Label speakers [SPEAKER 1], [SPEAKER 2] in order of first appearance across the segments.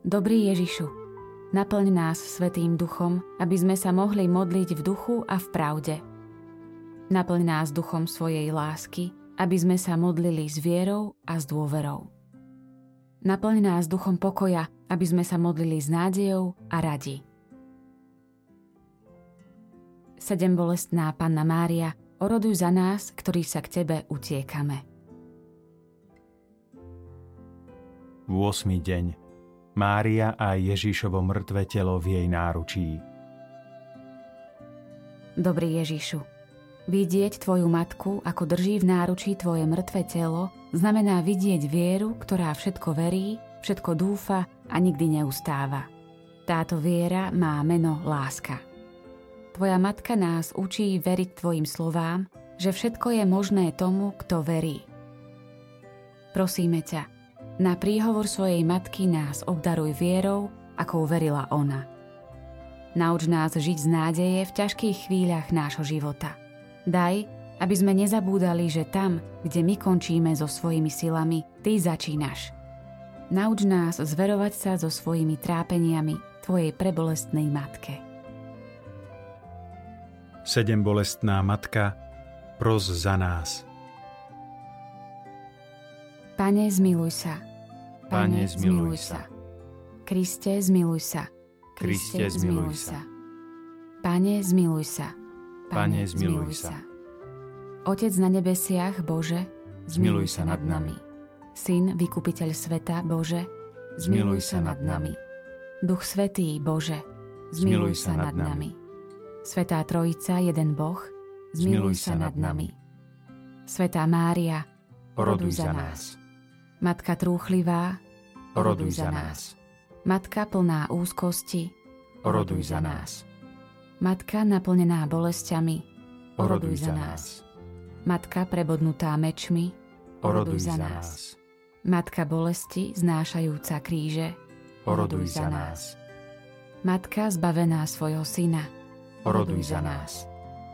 [SPEAKER 1] Dobrý Ježišu, naplň nás Svetým Duchom, aby sme sa mohli modliť v duchu a v pravde. Naplň nás duchom svojej lásky, aby sme sa modlili s vierou a s dôverou. Naplň nás duchom pokoja, aby sme sa modlili s nádejou a radi. Sedem bolestná Panna Mária, oroduj za nás, ktorí sa k Tebe utiekame.
[SPEAKER 2] 8. deň Mária a Ježišovo mŕtve telo v jej náručí.
[SPEAKER 1] Dobrý Ježišu, vidieť Tvoju matku, ako drží v náručí Tvoje mŕtve telo, znamená vidieť vieru, ktorá všetko verí, všetko dúfa a nikdy neustáva. Táto viera má meno láska. Tvoja matka nás učí veriť Tvojim slovám, že všetko je možné tomu, kto verí. Prosíme ťa, na príhovor svojej matky nás obdaruj vierou, akou verila ona. Nauč nás žiť z nádeje v ťažkých chvíľach nášho života. Daj, aby sme nezabúdali, že tam, kde my končíme so svojimi silami, Ty začínaš. Nauč nás zverovať sa so svojimi trápeniami Tvojej prebolestnej matke.
[SPEAKER 2] Sedem bolestná matka, pros za nás.
[SPEAKER 1] Pane, zmiluj sa.
[SPEAKER 3] Pane, zmiluj sa.
[SPEAKER 1] Kriste, zmiluj sa.
[SPEAKER 3] Kriste, zmiluj sa.
[SPEAKER 1] Pane, zmiluj sa.
[SPEAKER 3] Pane, zmiluj sa.
[SPEAKER 1] Otec na nebesiach, Bože,
[SPEAKER 3] Zmiluj sa nad nami.
[SPEAKER 1] Syn, vykupiteľ sveta, Bože,
[SPEAKER 3] Zmiluj sa nad nami.
[SPEAKER 1] Duch Svetý, Bože,
[SPEAKER 3] Zmiluj sa nad nami.
[SPEAKER 1] Svetá Trojica, jeden Boh,
[SPEAKER 3] Zmiluj sa nad nami.
[SPEAKER 1] Svetá Mária,
[SPEAKER 3] Oroduj za nás.
[SPEAKER 1] Matka trúchlivá,
[SPEAKER 3] Oroduj za nás.
[SPEAKER 1] Matka plná úzkosti,
[SPEAKER 3] Oroduj za nás.
[SPEAKER 1] Matka naplnená bolestiami,
[SPEAKER 3] Oroduj za nás.
[SPEAKER 1] Matka prebodnutá mečmi,
[SPEAKER 3] Oroduj za nás.
[SPEAKER 1] Matka bolesti znášajúca kríže,
[SPEAKER 3] Oroduj za nás.
[SPEAKER 1] Matka zbavená svojho syna,
[SPEAKER 3] Oroduj za nás.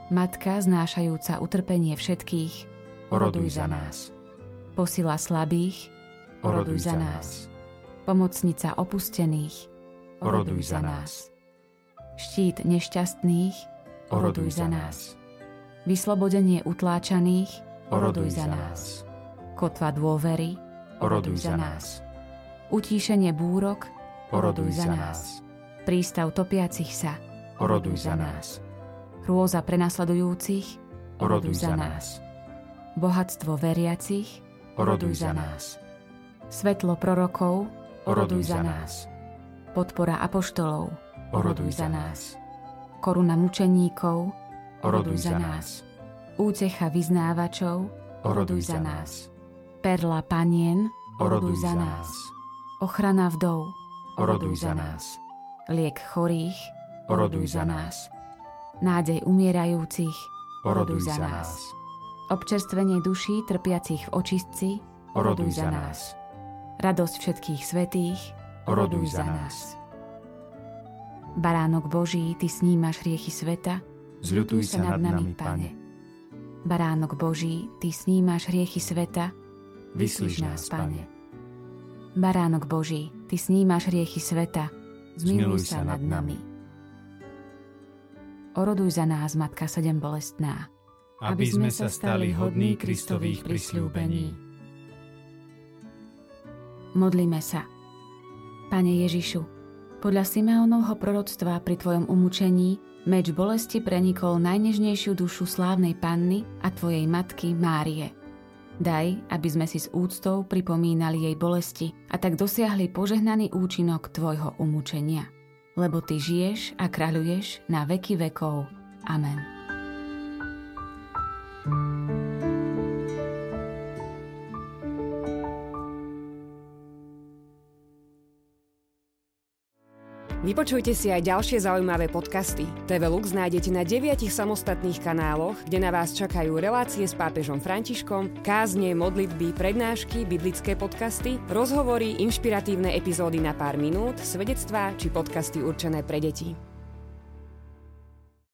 [SPEAKER 1] Matka znášajúca utrpenie všetkých,
[SPEAKER 3] Oroduj za nás.
[SPEAKER 1] posila slabých,
[SPEAKER 3] Oroduj za nás.
[SPEAKER 1] pomocnica opustených,
[SPEAKER 3] Oroduj za nás.
[SPEAKER 1] štít nešťastných,
[SPEAKER 3] Oroduj za nás.
[SPEAKER 1] vyslobodenie utláčaných,
[SPEAKER 3] Oroduj za nás.
[SPEAKER 1] kotva dôvery,
[SPEAKER 3] Oroduj za nás.
[SPEAKER 1] utíšenie búrok,
[SPEAKER 3] Oroduj za nás.
[SPEAKER 1] prístav topiacich sa,
[SPEAKER 3] Oroduj za nás.
[SPEAKER 1] hrôza prenasledujúcich,
[SPEAKER 3] Oroduj za nás.
[SPEAKER 1] bohatstvo veriacich,
[SPEAKER 3] Oroduj za nás.
[SPEAKER 1] svetlo prorokov,
[SPEAKER 3] Oroduj za nás.
[SPEAKER 1] podpora apoštolov,
[SPEAKER 3] Oroduj za nás.
[SPEAKER 1] koruna mučeníkov,
[SPEAKER 3] Oroduj za nás.
[SPEAKER 1] útecha vyznávačov,
[SPEAKER 3] Oroduj za nás.
[SPEAKER 1] perla panien,
[SPEAKER 3] Oroduj za nás.
[SPEAKER 1] ochrana vdov,
[SPEAKER 3] Oroduj za nás.
[SPEAKER 1] liek chorých,
[SPEAKER 3] Oroduj za nás.
[SPEAKER 1] nádej umierajúcich,
[SPEAKER 3] Oroduj za nás.
[SPEAKER 1] občerstvenie duší trpiacich v očistci,
[SPEAKER 3] Oroduj za nás.
[SPEAKER 1] radosť všetkých svetých,
[SPEAKER 3] Oroduj za nás.
[SPEAKER 1] Baránok Boží, Ty snímaš riechy sveta,
[SPEAKER 3] Zľutuj sa nad nami, Pane.
[SPEAKER 1] Baránok Boží, Ty snímaš riechy sveta,
[SPEAKER 3] Vyslíš nás, Pane.
[SPEAKER 1] Baránok Boží, Ty snímaš riechy sveta,
[SPEAKER 3] Zmiluj sa nad nami.
[SPEAKER 1] Oroduj za nás, Matka sedem bolestná.
[SPEAKER 3] aby sme sa stali hodní Kristových prisľúbení.
[SPEAKER 1] Modlíme sa. Pane Ježišu, podľa Simeonovho proroctva pri Tvojom umúčení meč bolesti prenikol najnežnejšiu dušu slávnej panny a Tvojej matky Márie. Daj, aby sme si s úctou pripomínali jej bolesti a tak dosiahli požehnaný účinok Tvojho umúčenia. Lebo Ty žiješ a kráľuješ na veky vekov. Amen.
[SPEAKER 4] Vypočujte si aj ďalšie zaujímavé podcasty. TV Lux nájdete na deviatich samostatných kanáloch, kde na vás čakajú relácie s pápežom Františkom, kázne, modlitby, prednášky, biblické podcasty, rozhovory, inšpiratívne epizódy na pár minút, svedectvá či podcasty určené pre deti.